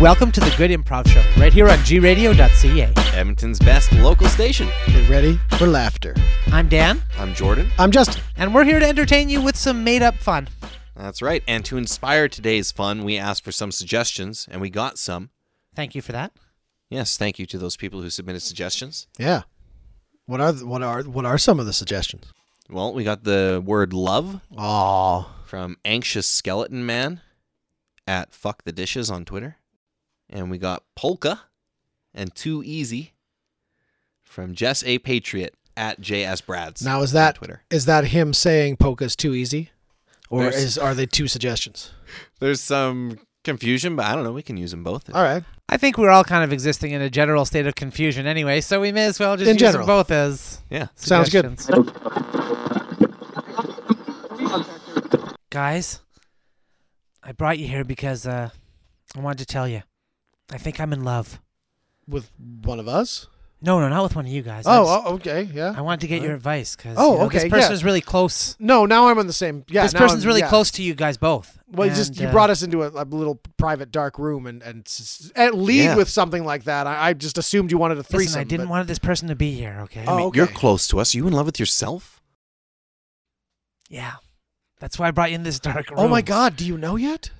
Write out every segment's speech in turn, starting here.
Welcome to the Good Improv Show, right here on gradio.ca. Edmonton's best local station. Get ready for laughter. I'm Dan, I'm Jordan. I'm Justin. and we're here to entertain you with some made up fun. That's right. And to inspire today's fun, we asked for some suggestions and we got some. Thank you for that. Yes, thank you to those people who submitted suggestions. Yeah. What are th- what are what are some of the suggestions? Well, we got the word love Oh, from Anxious Skeleton Man at Fuck the Dishes on Twitter. And we got Polka and Too Easy from Jess A. Patriot at JS Brads. now is on that Twitter? is that him saying polka's too easy, or There's- is are they two suggestions? There's some confusion, but I don't know. We can use them both. All right. I think we're all kind of existing in a general state of confusion anyway, so we may as well just In use them general. both as Yeah. Sounds good. suggestions. Guys, I brought you here because uh, I wanted to tell you. I think I'm in love. With one of us? No, no, not with one of you guys. I just- Oh, oh, okay, yeah. I wanted to get your advice because Oh, this okay, person yeah. is really close. No, now I'm on the same. Yeah, this now person's I'm- really yeah. close to you guys both. Well, you just And, you uh, brought us into a, a little private dark room and and s- at lead Yeah. with something like that. I, I just assumed you wanted a threesome. Listen, I didn't but- want this person to be here. Okay. Oh, I mean, You're okay. close to us. Are you in love with yourself? Yeah. That's why I brought you in this dark room. Oh my God! Do you know yet?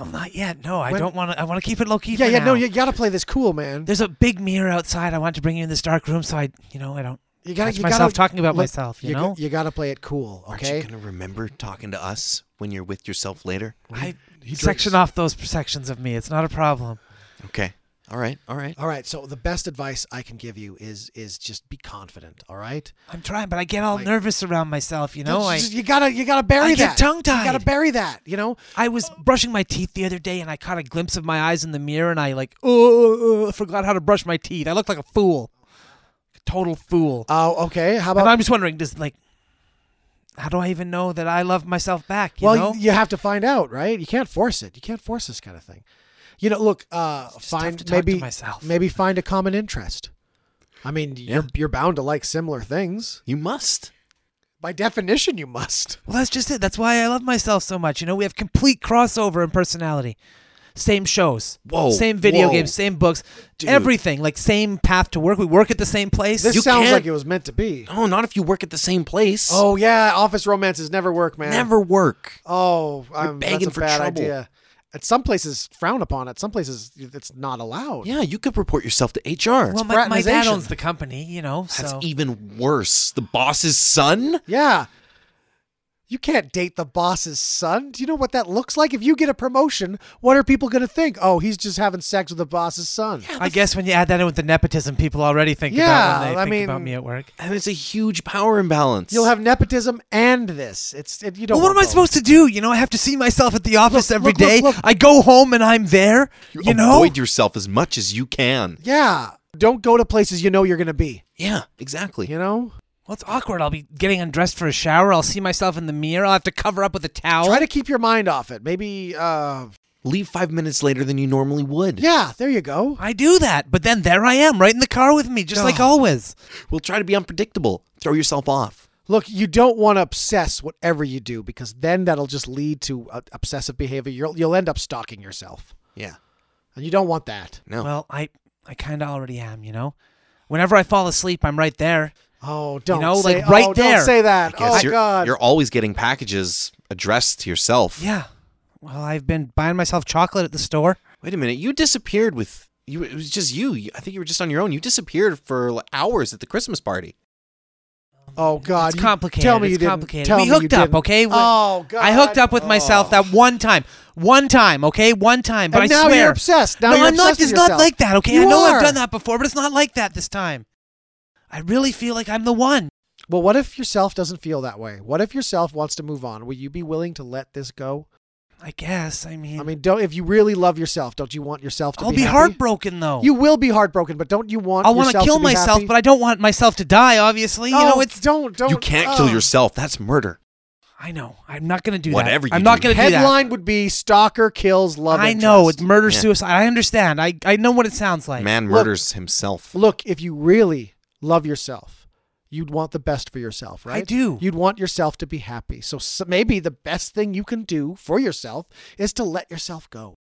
Well, not yet. No, I When- don't want to. I want to keep it low key. Yeah, for yeah. No, now. you gotta play this cool, man. There's a big mirror outside. I want to bring you in this dark room, so I, you know, I don't You gotta catch you myself gotta, talking about look, myself. You, g- know. you gotta play it cool. Okay. Aren't you gonna remember talking to us when you're with yourself later? I he section drinks. off those sections of me. It's not a problem. Okay. All right. All right. All right. So the best advice I can give you is is just be confident. All right. I'm trying, but I get all Like- nervous around myself. You know, I Just- you gotta you gotta bury I get that. tongue-tied. You gotta bury that. You know. I was brushing my teeth the other day and I caught a glimpse of my eyes in the mirror and I like oh, forgot how to brush my teeth. I looked like a fool. A total fool. Oh, okay. How and about? I'm just wondering does like how do I even know that I love myself back, you well, know? you, you have to find out, right? You can't force it. You can't force this kind of thing. You know, look. Uh, just tough find to talk to maybe myself. maybe find a common interest. I mean, you're Yeah. you're bound to like similar things You must. by definition. You must. well, that's just it. That's why I love myself so much. You know, we have complete crossover in personality. Same shows. Whoa, Same video whoa. games, same books, Dude. everything. Like same path to work. We work at the same place. This You sounds can't- like it was meant to be. Oh, not if you work at the same place. Oh yeah, office romances never work, man. never work. Oh, um, that's begging a for bad trouble. idea. At some places, frown upon. At some places, it's not allowed. Yeah, you could report yourself to HR. well, my, my dad fraternization. owns the company, you know. That's so. even worse. The boss's son. Yeah. You can't date the boss's son. Do you know what that looks like? If you get a promotion, what are people going to think? Oh, he's just having sex with the boss's son. I guess when you add that in with the nepotism, people already think about Yeah, when they I think about mean- me at work. And it's a huge power imbalance. You'll have nepotism and this. It's it, you don't. Well, what am I supposed to do? You know, I have to see myself at the office Look, every look, look, day. look. I go home and I'm there. You, know, avoid yourself as much as you can. Yeah, don't go to places you know you're going to be. Yeah, exactly. You know, well, it's awkward. I'll be getting undressed for a shower. I'll see myself in the mirror. I'll have to cover up with a towel. try to keep your mind off it. Maybe, uh, Leave five minutes later than you normally would. yeah, there you go. I do that, but then there I am, right in the car with me, just like Oh. always. We'll try to be unpredictable. Throw yourself off. Look, you don't want to obsess whatever you do because then that'll just lead to uh, obsessive behavior. You'll you'll end up stalking yourself, Yeah. and you don't want that. No. Well, I, I kind of already am. You know, whenever I fall asleep, I'm right there. Oh, don't know, say, like, right oh, there. Don't say that. Guess oh you're, God. You're always getting packages addressed to yourself. Yeah. Well, I've been buying myself chocolate at the store. Wait a minute. You disappeared with you. It was just you. You- I think you were just on your own. You disappeared for like, hours at the Christmas party. oh God. It's you- complicated. Tell me it's you didn't. complicated. Tell we me you hooked up, didn't. okay? We- Oh God. I hooked up with myself that one time. One time, okay? One time. But and I now swear. you're obsessed. Now no, you're I'm not obsessed with it's not yourself. like that, okay? I You know I've are. done that before, but it's not like that this time. I really feel like I'm the one. Well, what if yourself doesn't feel that way? What if yourself wants to move on? Will you be willing to let this go? I guess. I mean, I mean, don't. If you really love yourself, don't you want yourself to I'll be, be, happy? heartbroken though. You will be heartbroken, but don't you want? I'll want to yourself kill be myself, happy? but I don't want myself to die, obviously. you Oh, know, it's don't don't. you can't kill oh. yourself. That's murder. I know. I'm not going to do Whatever that. you I'm not do. going to do that. Headline would be stalker kills love. I know it's interest." murder Yeah. suicide. I understand. I I know what it sounds like. Man Look- murders himself. Look, if you really love yourself, you'd want the best for yourself, right? do. You'd want yourself to be happy. So, s maybe the best thing you can do for yourself is to let yourself go.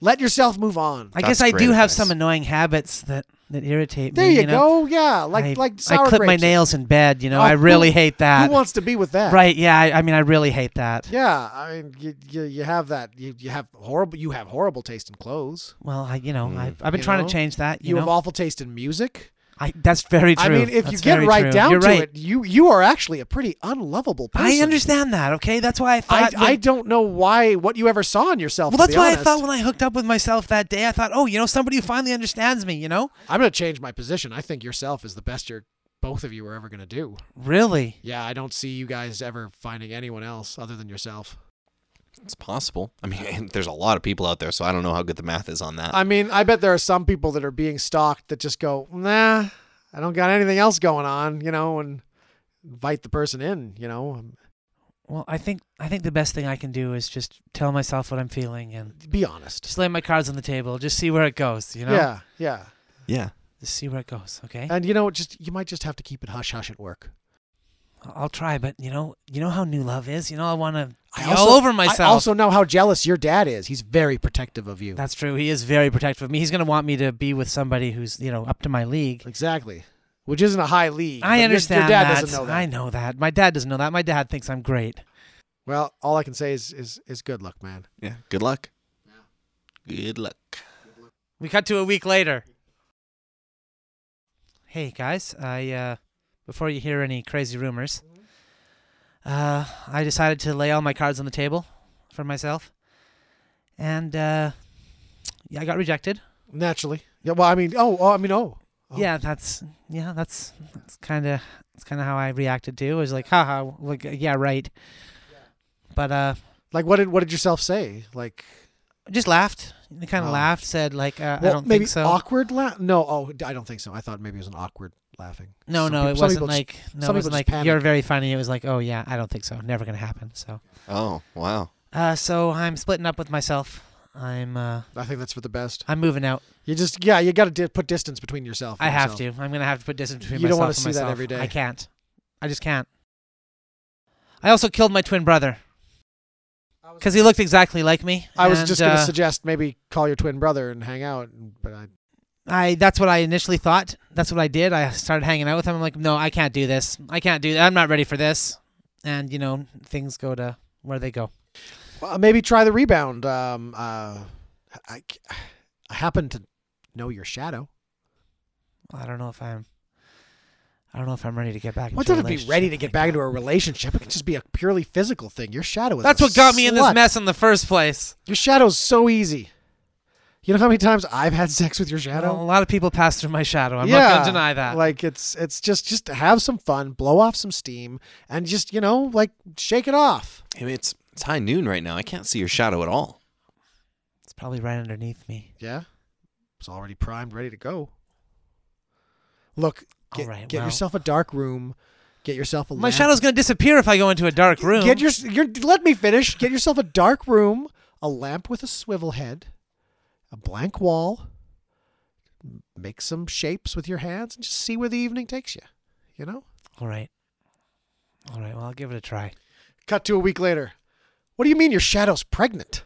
Let yourself move on. I That's guess I great do have advice. some annoying habits that that irritate There me. you, know? go. Yeah, like I, like sour I clip my grapes. nails in bed. You know, Oh, I who- really hate that. Who wants to be with that? right? Yeah. I, I mean, I really hate that. Yeah, I mean, you, you, you have that. You, you have horrible. You have horrible taste in clothes. Well, I, you know, Mm. I've, I've been You trying know? to change that. You, You, have know, awful taste in music. I, that's very true. I mean, if you That's get very right true. down You're to right. it, you you are actually a pretty unlovable person. I understand that. Okay, that's why I I, thought. I when- don't know why what you ever saw in yourself. well, to that's be why I honest. thought when I hooked up with myself that day, I thought, oh, you know, somebody who finally understands me. You know, I'm gonna change my position. I think yourself is the best you're both of you are ever gonna do. really. Yeah, I don't see you guys ever finding anyone else other than yourself. It's possible. I mean, there's a lot of people out there, so I don't know how good the math is on that. I mean, I bet there are some people that are being stalked that just go, nah, I don't got anything else going on, you know, and invite the person in, you know, Well, I think I think the best thing I can do is just tell myself what I'm feeling and be honest. just lay my cards on the table. Just see where it goes. You know, Eh? Yeah, yeah. yeah. just see where it goes. Okay. And you know, just you might just have to keep it hush hush at work. I'll try, but you know, you know how new love is. You know, I want to I be all also- over myself. I also know how jealous your dad is. He's very protective of you. That's true. He is very protective of me. He's going to want me to be with somebody who's you know up to my league. exactly. Which isn't a high league. but I your- understand Your, dad that. doesn't know that. I know that. My dad doesn't know that. My dad thinks I'm great. Well, all I can say is is is good luck, man. Yeah. Good luck. Good luck. We cut to a week later. Hey guys, I uh, before you hear any crazy rumors, uh, I decided to lay all my cards on the table for myself, and uh, yeah, I got rejected. Naturally. Yeah, well, I mean, oh, oh I mean, oh. Oh. Yeah, that's yeah, that's that's kind of that's kind of how I reacted to. It was like, haha, like uh, yeah, right. But uh, Like what did what did yourself say? Like I just laughed. Kind of Oh. laughed. Said like, uh, well, I don't maybe think so. awkward laugh? No, oh, I don't think so. I thought maybe it was an awkward laughing. no, Some no, peop- it some wasn't people just- like no, some it people wasn't like just you're panic. very funny. It was like, oh yeah, I don't think so. Never gonna happen. So, Oh, wow. uh, so I'm splitting up with myself. I'm uh, I think that's for the best. I'm moving out. You just yeah, you got to di- put distance between yourself. and I have yourself. to. I'm gonna have to put distance between You don't myself wanna and see that myself. every day. I can't. I just can't. I also killed my twin brother because he looked exactly like me. I was and, just gonna uh, suggest maybe call your twin brother and hang out, but I I that's what I initially thought. That's what I did. I started hanging out with him. I'm like, no, I can't do this. I can't do that. I'm not ready for this. And you know, things go to where they go. well, maybe try the rebound. Um, uh, I, I happen to know your shadow. I don't know if I'm. I don't know if I'm ready to get back. What into a did it be relationship ready to get like back that. into a relationship? It could just be a purely physical thing. Your shadow is. That's a what got me in this slut. mess in the first place. Your shadow's so easy. You know how many times I've had sex with your shadow? Well, a lot of people pass through my shadow. I'm not gonna deny that. Like it's it's just just have some fun, blow off some steam, and just you know like shake it off. I mean, it's it's high noon right now. I can't see your shadow at all. it's probably right underneath me. Yeah, it's already primed, ready to go. Look, All get, right, get well. yourself a dark room. Get yourself a My lamp. shadow's gonna disappear if I go into a dark room. Get your, your let me finish. Get yourself a dark room, a lamp with a swivel head, a blank wall. Make some shapes with your hands and just see where the evening takes you. You know. All right. All right. Well, I'll give it a try. Cut to a week later. What do you mean your shadow's pregnant?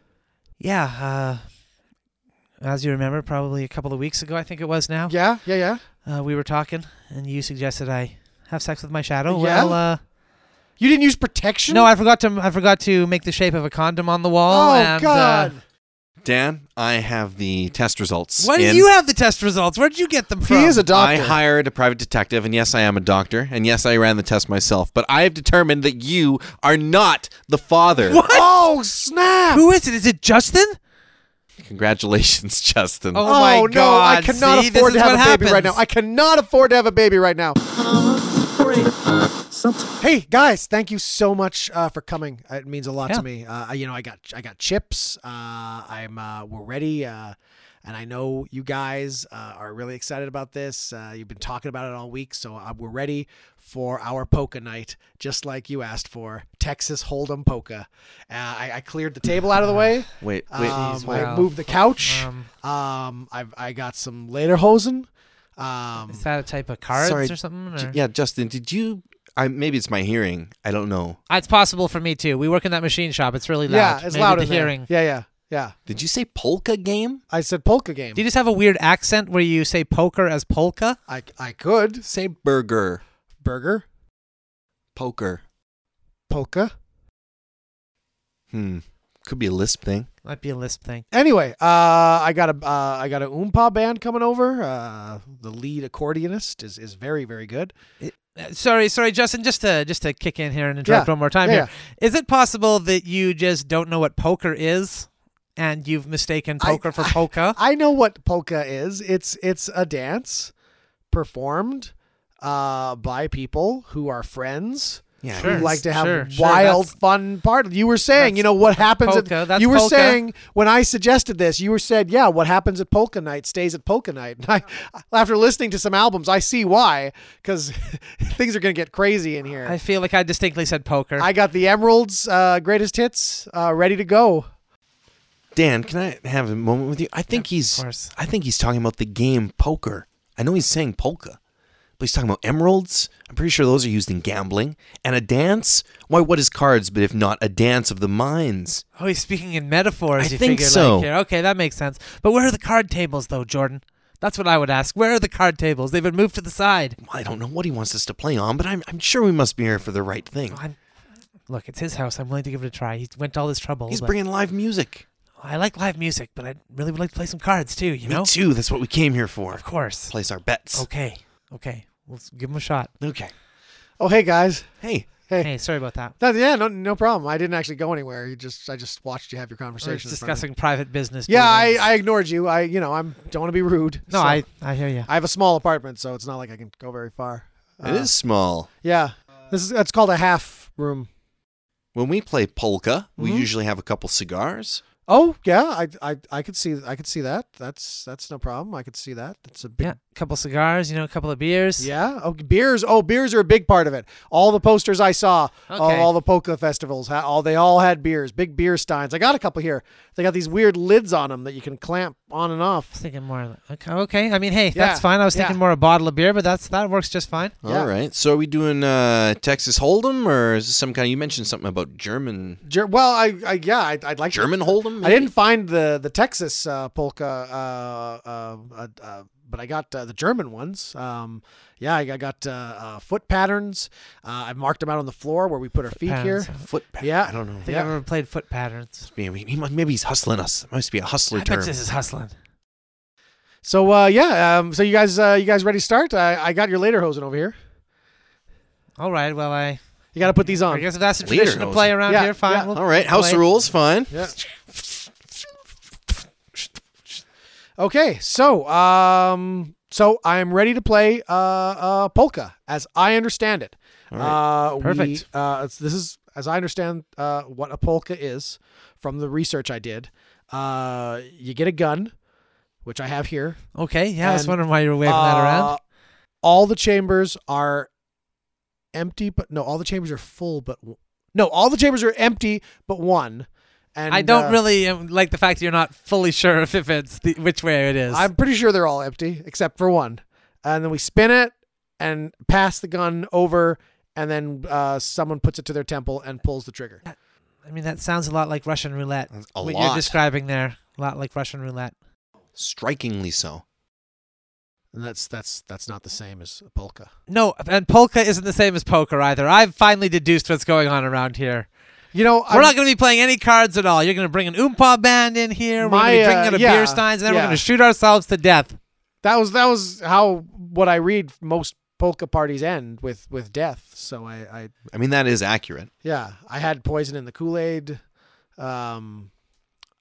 Yeah. Uh, as you remember, probably a couple of weeks ago, I think it was now. Yeah, yeah, yeah. Uh, we were talking, and you suggested I have sex with my shadow. Yeah? Well, uh, You didn't use protection? no, I forgot to. I forgot to make the shape of a condom on the wall. Oh and, God! Uh, Dan, I have the test results. why do in. you have the test results? Where did you get them from? he is a doctor. I hired a private detective, and yes, I am a doctor, and yes, I ran the test myself. But I have determined that you are not the father. What? oh snap! Who is it? Is it Justin? Congratulations, Justin. Oh. Oh, my no! I God, cannot see? This afford to is have a what baby right now. happens. I cannot afford to have a baby right now. Hey guys, thank you so much uh, for coming. It means a lot Yeah. to me. Uh, you know, I got I got chips. Uh, I'm uh, we're ready, uh, and I know you guys uh, are really excited about this. Uh, you've been talking about it all week, so uh, we're ready for our polka night, just like you asked for. Texas Hold'em polka. Uh, I, I cleared the table out of the way. Wait, wait. Um, Jeez, I wow. moved the couch. Um, Um, I've I got some lederhosen. Um, is that a type of cards Sorry, or something? J- or- yeah, Justin, did you? I maybe it's my hearing. I don't know. Ah, It's possible for me too. We work in that machine shop. It's really loud. Yeah, it's Maybe loud The in there. hearing. Yeah, yeah. Yeah. Did you say polka game? I said polka game. Do you just have a weird accent where you say poker as polka? I, I could. Say burger, Burger, poker. polka. Hmm. Could be a lisp thing. Might be a lisp thing. Anyway, uh, I got a uh, I got a oompa band coming over. Uh, the lead accordionist is, is very very good. Uh, Sorry, sorry, Justin. Just to just to kick in here and interrupt Yeah. one more time Yeah, here. Is it possible that you just don't know what poker is, and you've mistaken I- poker for polka? I know what polka is. It's it's a dance performed uh, by people who are friends Yeah. Sure. who like to have sure, sure, wild that's- fun parties. You were saying, you that's- know, what happens polka, at that's you were polka. saying when I suggested this, you were said, yeah, what happens at polka night stays at polka night. And I, after listening to some albums, I see why because things are gonna get crazy in here. I feel like I distinctly said poker. I got the Emeralds uh, greatest hits uh, ready to go. Dan, can I have a moment with you? I think he's course. I think he's talking about the game poker. I know he's saying polka, but he's talking about emeralds. I'm pretty sure those are used in gambling. And a dance? Why what is cards but if not a dance of the minds? oh, he's speaking in metaphors. I you think figure, so. Like here. Okay, that makes sense. But where are the card tables, though, Jordan? That's what I would ask. Where are the card tables? They've been moved to the side. Well, I don't know what he wants us to play on, but I'm, I'm sure we must be here for the right thing. I'm, look, it's his house. I'm willing to give it a try. He went to all this trouble. He's but- bringing live music. I like live music, but I really would like to play some cards too. You Me know. too. That's what we came here for. Of course. Place our bets. Okay. Okay. Let's give him a shot. Okay. Oh hey guys, Hey, hey. Hey, sorry about that. No, yeah, no, no problem. I didn't actually go anywhere. You just, I just watched you have your We're conversation. in front of me. discussing private business. Yeah, I, dealings. I ignored you. I, you know, I'm don't want to be rude. No, so- I, I hear you. I have a small apartment, so it's not like I can go very far. Uh, it Uh, is small. Yeah, this is that's called a half room. When we play polka, we Mm-hmm. Mhm. usually have a couple cigars. Oh yeah, I, I, I could see, I could see that. That's that's no problem. I could see that. That's a big. Yeah, a couple cigars, you know, a couple of beers. Yeah. Oh, beers. Oh, beers are a big part of it. All the posters I saw of Okay. all the polka festivals, ha- all they all had beers, big beer steins. I got a couple here. They got these weird lids on them that you can clamp on and I was off. thinking more. like- Okay, okay. I mean, hey, Yeah, that's fine. I was yeah. thinking more a bottle of beer, but that's that works just fine. Yeah. All right. So are we doing uh, Texas Hold'em or is this some kind of, you mentioned something about German Ger- well, I, I yeah, I, I'd like to- German Hold'em? I didn't find the the Texas uh, polka, uh, uh, uh, uh, but I got uh, the German ones. Um, yeah, I I got uh, uh, foot patterns. Uh, I've marked them out on the floor where we put our feet Patterns. here. I foot. pa- Yeah. I don't know. don't think I've Yeah. ever played foot patterns. Maybe, he mu- maybe he's hustling us. It must be a hustler I term. bet this is hustling. So uh, yeah, um, so you guys uh, you guys ready to start? I, I got your later hosen over here. All right. Well, I You got to put these I on. guess if that's a Leader tradition to knows play it. around Yeah, here, fine. yeah. We'll All right. House play. the rules. Fine. Yeah. Okay, so um, so I'm ready to play uh, uh polka as I understand it. All right. Uh, we- Perfect. uh, it's- this is as I understand uh, what a polka is from the research I did. Uh, you get a gun, which I have here. Okay. Yeah, I was And, wondering why you were waving that around. Uh, All the chambers are empty, but no, all the chambers are full, but w- no, all the chambers are empty, but one. And I don't uh, really um, like the fact that you're not fully sure if, if it's the, which way it is. I'm pretty sure they're all empty except for one. And then we spin it and pass the gun over, and then uh, someone puts it to their temple and pulls the trigger. I mean, that sounds a lot like Russian roulette. That's a what lot. you're describing there, a lot like Russian roulette. Strikingly so. And that's that's that's not the same as a polka. No, and polka isn't the same as poker either. I've finally deduced what's going on around here. You know, We're not going to be playing any cards at all. You're going to bring an oompa band in here. We're My, going to be drinking uh, out of yeah, beer steins, and then yeah. we're going to shoot ourselves to death. that was that was how what I read most polka parties end with with death. So I, I I mean, that is accurate. yeah, I had poison in the Kool Aid. Um,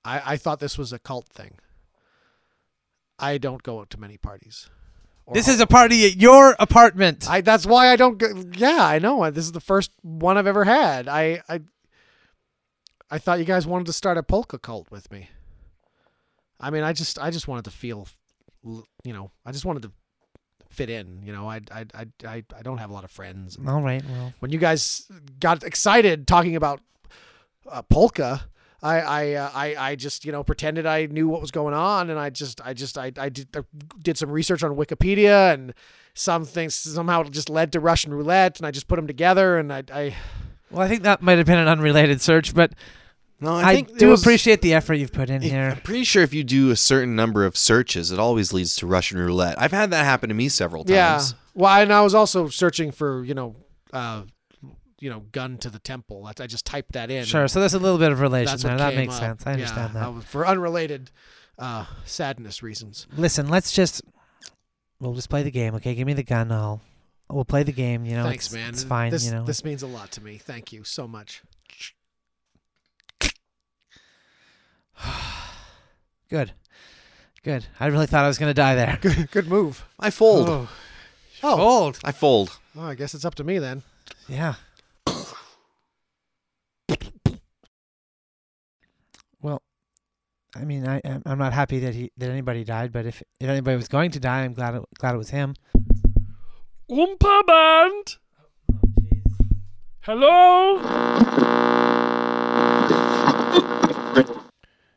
I I thought this was a cult thing. I don't go to many parties. Or This is a party at your apartment. I that's why I don't go, yeah, I know. This is the first one I've ever had. I I I thought you guys wanted to start a polka cult with me. I mean, I just I just wanted to feel l- you know, I just wanted to fit in, you know. I I I I, I don't have a lot of friends. all right. Well, When you guys got excited talking about uh, polka, I I, uh, I I just you know pretended I knew what was going on, and I just I just I I did, I did some research on Wikipedia, and some things somehow it just led to Russian roulette, and I just put them together, and I I well, I think that might have been an unrelated search, but No, I, I, think it do was- e appreciate the effort you've put in if- I'm here. pretty sure if you do a certain number of searches, it always leads to Russian roulette. I've had that happen to me several Yeah. times. Well, and I was also searching for you know, uh, you know, gun to the temple. That's- I just typed that in. Sure. So there's a little bit of relation That's there. what That came makes up. sense. I understand yeah, that. I was- for unrelated uh, sadness reasons. Listen, let's just we'll just play the game, okay? Give me the gun. I'll we'll play the game. You know, Thanks, it's, man. It's fine. This, you know, this means a lot to me. Thank you so much. good, good. I really thought I was gonna die there. Good, good move. I fold. Oh. Oh. Old. I fold. oh, I guess it's up to me then. Yeah. well, I mean, I I'm- I'm not happy that he that anybody died, but if if anybody was going to die, I'm glad it, glad it was him. Oompa Band! Hello?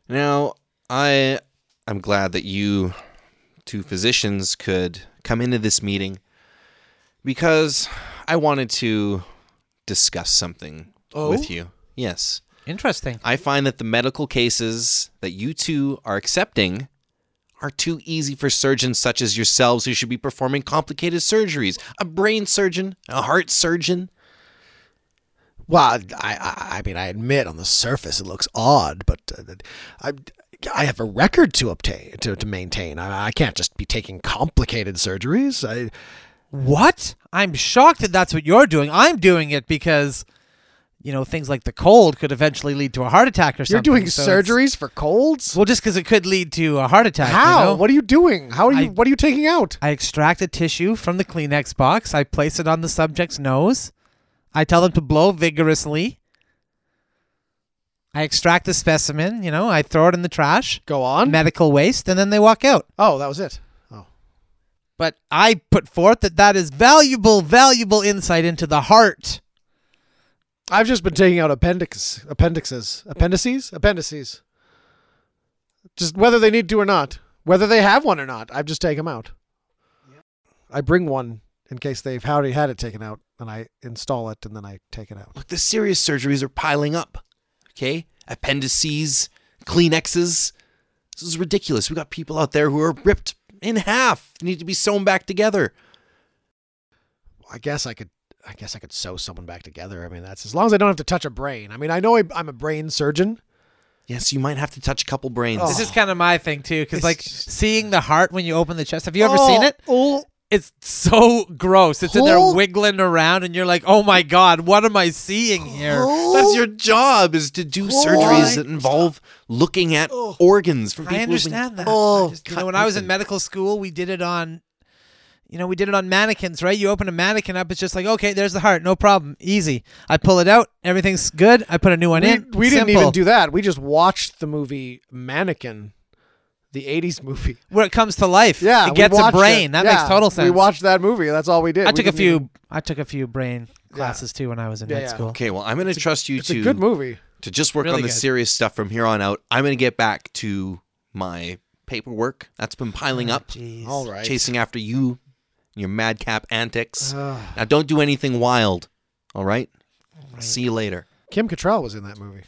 Now, I I'm glad that you two physicians could come into this meeting because I wanted to discuss something with you. Yes. Interesting. I find that the medical cases that you two are accepting are too easy for surgeons such as yourselves who should be performing complicated surgeries. A brain surgeon, a heart surgeon. Well, I, I, I mean, I admit on the surface it looks odd, but uh, that- I, I have a record to obtain to, to maintain. I, I can't just be taking complicated surgeries. I, What? I'm shocked that that's what you're doing. I'm doing it because, you know, things like the cold could eventually lead to a heart attack or something. you're doing so it's- surgeries for colds? Well, just because it could lead to a heart attack. you How? know? What are you doing? How are you? I- what are you taking out? I extract a tissue from the Kleenex box. I place it on the subject's nose. I tell them to blow vigorously. I extract the specimen. You know, I throw it in the trash, Go on. medical waste, and then they walk out. oh, that was it. Oh, But I put forth that that is valuable, valuable insight into the heart. I've just been taking out appendix, appendixes, appendices, appendices. Just whether they need to or not, whether they have one or not, I've just taken them out. I bring one in case they've already had it taken out, and I install it, and then I take it out. Look, the serious surgeries are piling up. Okay? Appendices, Kleenexes. This is ridiculous. We got people out there who are ripped in half, need to be sewn back together. I guess I could. I guess I could sew someone back together. I mean, that's as long as I don't have to touch a brain. I mean, I know I, I'm a brain surgeon. Yes, you might have to touch a couple brains. Oh. This is kind of my thing too, because It's like just- seeing the heart when you open the chest. Have you ever seen it? Oh, It's so gross. It's in there Whole- wiggling around, and you're like, "Oh my god, what am I seeing here?" That's your job is to do surgeries that involve looking at organs from Oh I people. who've been- understand that. Oh, I just- you cut know, when I was in open. medical school, we did it on, you know, we did it on mannequins, right? You open a mannequin up, it's just like, okay, there's the heart, no problem, easy. I pull it out, everything's good. I put a new one we, in. we didn't Simple. even do that. We just watched the movie Mannequin, the '80s movie. where it comes to life. Yeah, it gets we a watched brain. it. That Yeah, makes total sense. We watched that movie. That's all we did. I We took a didn't few. even- I took a few brain classes too when I was in Yeah, med yeah. school. Okay, well, I'm going to trust you it's to a good movie. to just work Really on the good. serious stuff from here on out. I'm going to get back to my paperwork that's been piling Ah, up. Jeez. All right. Uh, chasing after you and your madcap antics. Ugh. now, don't do anything wild, all right? See you later. Kim Cattrall was in that movie.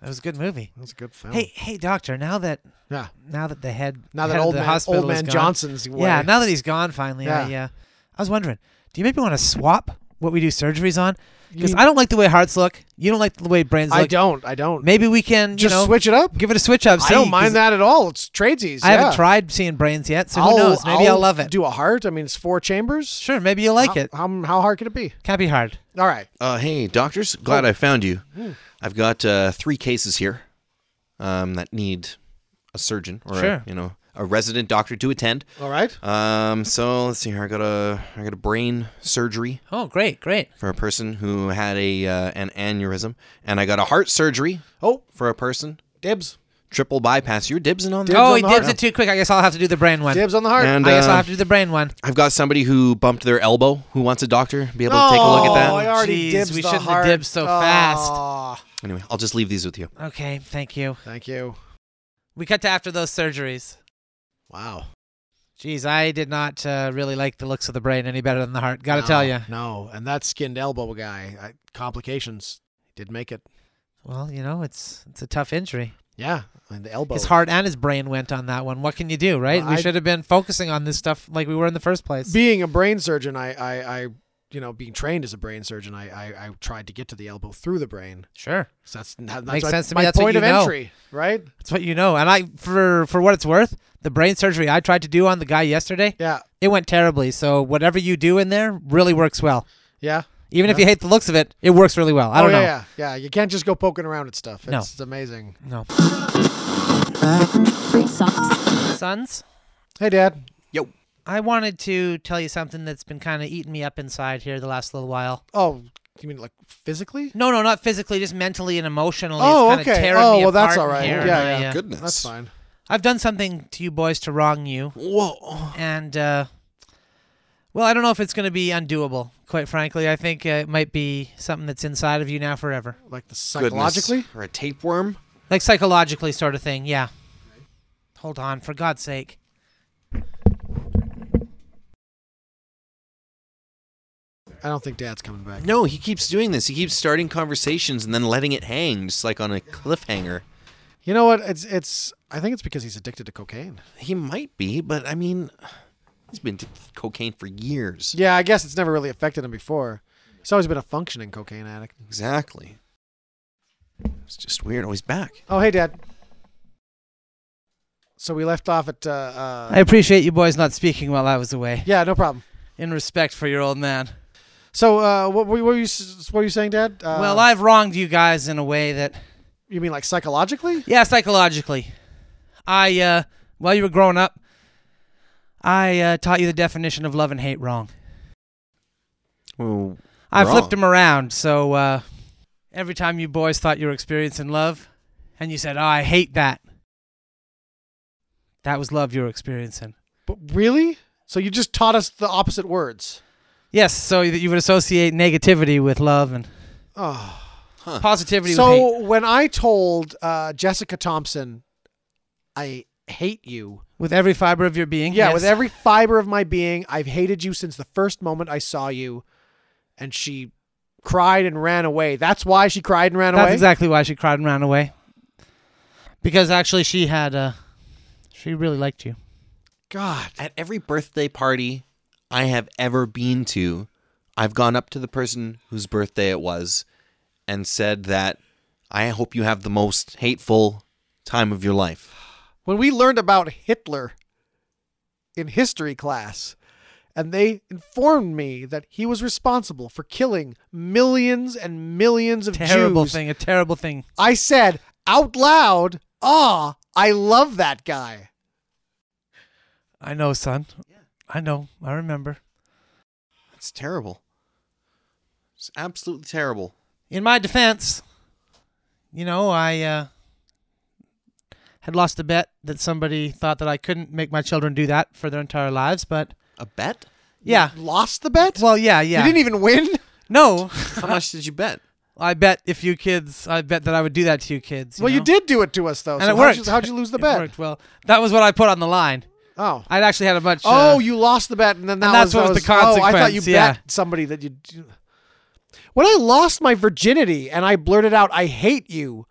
That was a good movie. That was a good film. Hey, hey, doctor. Now that yeah. now that the head Now that head of old the man, hospital old is man gone- Johnson's. Away. Yeah, now that he's gone finally, I Yeah. uh, I was wondering, do you maybe want to swap what we do surgeries on? You Because mean- I don't like the way hearts look. You don't like the way brains look. I don't. I don't. Maybe we can, you just know, switch it up. give it a switch up. I see, don't mind 'cause that at all. It's tradesies. I haven't yeah. tried seeing brains yet, so who I'll- knows? Maybe I'll, love it. Do a heart. I mean, it's four chambers. sure, maybe you'll like how, it. How, how hard could it be? Can't be hard. All right. Uh, hey, doctors, glad I found you. I've got uh, three cases here um, that need a surgeon or a, Sure. you know a resident doctor to attend. All right. Um, so let's see here. I got a I got a brain surgery Oh, great, great. for a person who had a uh, an aneurysm, and I got a heart surgery Oh, for a person dibs. triple bypass. You're dibsing on that. Dibs oh, on he the dibs heart. it too quick. I guess I'll have to do the brain one. Dibs on the heart. And I guess uh, I'll have to do the brain one. I've got somebody who bumped their elbow who wants a doctor be able to take a look at Oh, I that. already Jeez, dibs we the shouldn't have heart. dibs so fast. Ah, Anyway, I'll just leave these with you. Okay, thank you. Thank you. We cut to after those surgeries. Wow. Geez, I did not uh, really like the looks of the brain any better than the heart. Gotta No, tell you. No, and that skinned elbow guy, I, complications did make it. Well, you know, it's it's a tough injury. Yeah, and the elbow. His heart and his brain went on that one. What can you do, right? Well, we I- should have been focusing on this stuff like we were in the first place. Being a brain surgeon, I, I, I, you know, being trained as a brain surgeon, I, I, I tried to get to the elbow through the brain. sure, So that's that's Makes my, sense to me. my That's what point you of know. entry, right? that's what you know. And I, for for what it's worth, the brain surgery I tried to do on the guy yesterday, Yeah, it went terribly. So whatever you do in there really works well. yeah. Even if you hate the looks of it, it works really well. I don't oh, yeah, know. yeah, yeah. You can't just go poking around at stuff. No. It's amazing. No. Free socks. Sons, Hey, Dad. I wanted to tell you something that's been kind of eating me up inside here the last little while. Oh, you mean like physically? No, no, not physically, just mentally and emotionally. Oh, it's kinda okay. Tearing Oh, me well, that's apart all right. here, and Yeah, I, yeah. uh, Goodness. That's fine. I've done something to you boys to wrong you, Whoa. and uh, well, I don't know if it's going to be undoable. Quite frankly, I think uh, it might be something that's inside of you now forever, Like the Goodness. psychologically. Or a tapeworm? like psychologically, sort of thing. Yeah. Hold on, for God's sake. I don't think Dad's coming back. No, he keeps doing this. He keeps starting conversations and then letting it hang, just like on a cliffhanger. You know what? It's it's. I think it's because he's addicted to cocaine. He might be, but I mean, he's been to cocaine for years. Yeah, I guess it's never really affected him before. He's always been a functioning cocaine addict. Exactly. It's just weird. Always back. Oh, hey, Dad. So we left off at. Uh, uh, I appreciate you boys not speaking while I was away, yeah, no problem. in respect for your old man. So uh, what, were- what were you s- what were you saying, Dad? Uh, well, I've wronged you guys in a way that You mean like psychologically? Yeah, psychologically. I, uh, while you were growing up, I uh, taught you the definition of love and hate wrong. Well, I Wrong. flipped them around, so uh, every time you boys thought you were experiencing love, and you said, oh, I hate that, that was love you were experiencing. But really? So you just taught us the opposite words. Yes, so that you would associate negativity with love and Oh. huh? positivity with hate. So when I told uh, Jessica Thompson, I hate you. With every fiber of your being. Yeah, yes. with every fiber of my being, I've hated you since the first moment I saw you. And she cried and ran away. That's why she cried and ran That's away. exactly why she cried and ran away. Because actually, she had, uh, she really liked you. God. At every birthday party I have ever been to, I've gone up to the person whose birthday it was and said that I hope you have the most hateful time of your life. When we learned about Hitler in history class, and they informed me that he was responsible for killing millions and millions of terrible Jews thing, a terrible thing. I said out loud, "Ah, I love that guy." I know, son. I know. I remember. It's terrible. It's absolutely terrible. In my defense, you know, I uh, had lost a bet that somebody thought that I couldn't make my children do that for their entire lives, but A bet? yeah. You lost the bet. Well, yeah, yeah. You didn't e- even win. no, How much did you bet? I bet if you kids, I bet that I would do that to you kids. well, you know? did do it to us though. and so it how'd worked. you, how'd you lose the It bet? worked. Well, that was what I put on the line. Oh. I'd actually had a bunch. uh, Oh, you lost the bet, and then that that's was, what that was the Oh, I thought you consequence, yeah. bet somebody that you. When I lost my virginity and I blurted out, "I hate you,"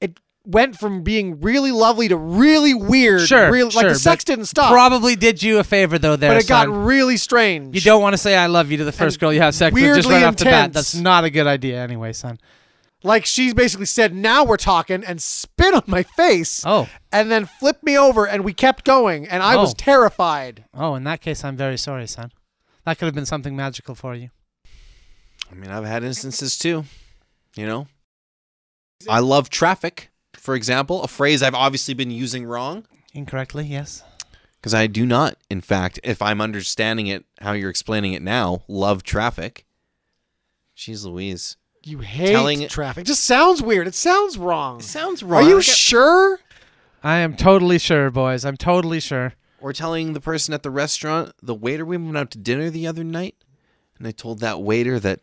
it went from being really lovely to really weird. Sure, real- like sure, the sex but didn't stop, probably did you a favor though. There, but it got son. really strange. You don't want to say I love you to the first And girl you have sex with just right weirdly off the bat. intense. That's not a good idea anyway, son. like she basically said, "Now we're talking," and spit on my face. Oh. and then flipped me over and we kept going and I was Oh. terrified. Oh, in that case I'm very sorry, son. That could have been something magical for you. I mean, I've had instances too, you know? I love traffic, for example, a phrase I've obviously been using wrong. Incorrectly, yes. Because I do not, in fact, if I'm understanding it how you're explaining it now, love traffic. Jeez Louise. You hate Telling- traffic. It just sounds weird. It sounds wrong. sounds Are you sure? I am totally sure, boys. I'm totally sure. or telling the person at the restaurant, the waiter, we went out to dinner the other night, and I told that waiter that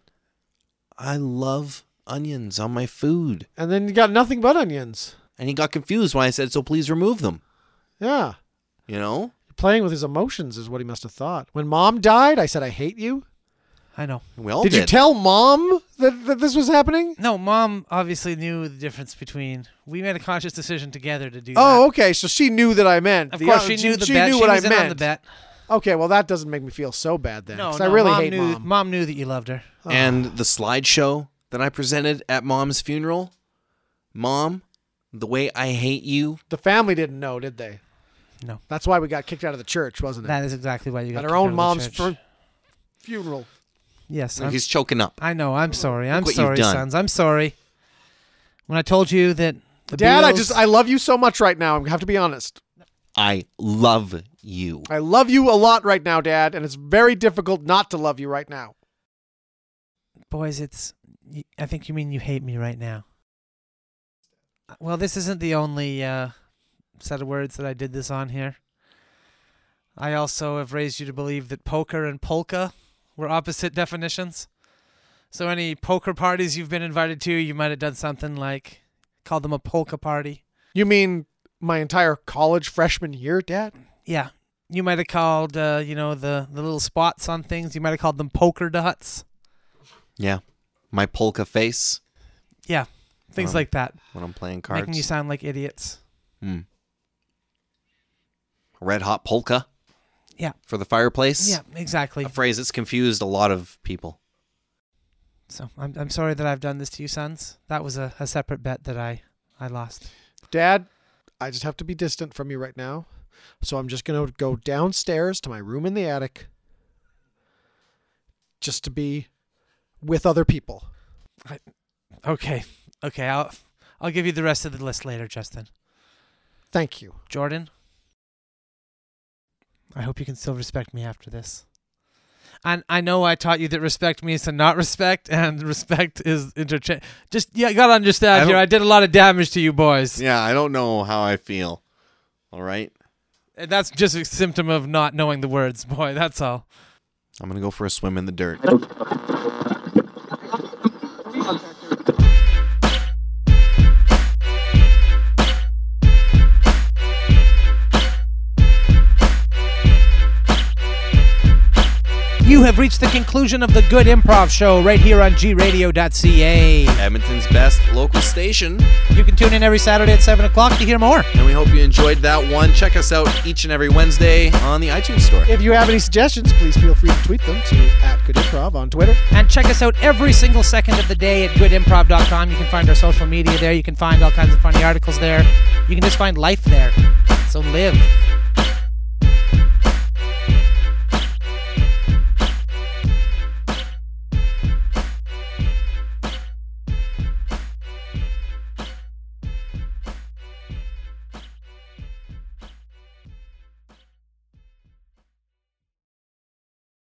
I love onions on my food. And then you got nothing but onions. And he got confused when I said, so please remove them, Yeah. you know? Playing with his emotions is what he must have thought. When mom died, I said I hate you. I know. And we all did, did. you tell mom that, that this was happening? No, mom obviously knew the difference between. We made a conscious decision together to do. Oh, that. okay. So she knew that I meant. of the- course she, knew the she bet. knew she what was I in meant. on the bet. Okay, well that doesn't make me feel so bad then. No, 'cause no, I really mom hate knew, mom. knew that you loved her. and the slideshow that I presented at mom's funeral. Mom, the way I hate you. The family didn't know, did they? No. That's why we got kicked out of the church, wasn't it? That is exactly why you got At kicked our out of own the mom's church. fir- funeral. Yes, I'm- He's choking up. I know. I'm sorry. I'm what you've sorry, done. sons. I'm sorry. When I told you that the Dad, I Beatles- just I love you so much right now. I have to be honest. I love you. I love you a lot right now, Dad, and it's very difficult not to love you right now. boys, it's. y- I think you mean you hate me right now. Uh, Well, this isn't the only uh, set of words that I did this on here. I also have raised you to believe that poker and polka were opposite definitions. So any poker parties you've been invited to, you might have done something like called them a polka party. You mean my entire college freshman year, Dad? Yeah. You might have called, uh, you know, the, the little spots on things. You might have called them polka dots, Yeah. My polka face things Um, like that, when I'm playing cards. making you sound like idiots. Mm. Red hot polka. Yeah. For the fireplace. Yeah, exactly. A phrase that's confused a lot of people. So I'm I'm sorry that I've done this to you, sons. That was a, a separate bet that I I lost. Dad, I just have to be distant from you right now. So I'm just going to go downstairs to my room in the attic just to be with other people. Okay, okay. I'll I'll give you the rest of the list later, Justin. Thank you. Jordan, I hope you can still respect me after this. And I know I taught you that respect means to not respect, and respect is interchange. Just yeah, you gotta I understand here. don't- I did a lot of damage to you boys, Yeah, I don't know how I feel. All right. and that's just a symptom of not knowing the words, boy. That's all. I'm going to go for a swim in the dirt. You have reached the conclusion of the Good Improv Show right here on gradio.ca. Edmonton's best local station. You can tune in every Saturday at seven o'clock to hear more. And we hope you enjoyed that one. Check us out each and every Wednesday on the iTunes Store. If you have any suggestions, please feel free to tweet them to at Good Improv on Twitter. And check us out every single second of the day at goodimprov.com. You can find our social media there. You can find all kinds of funny articles there. You can just find life there. So live.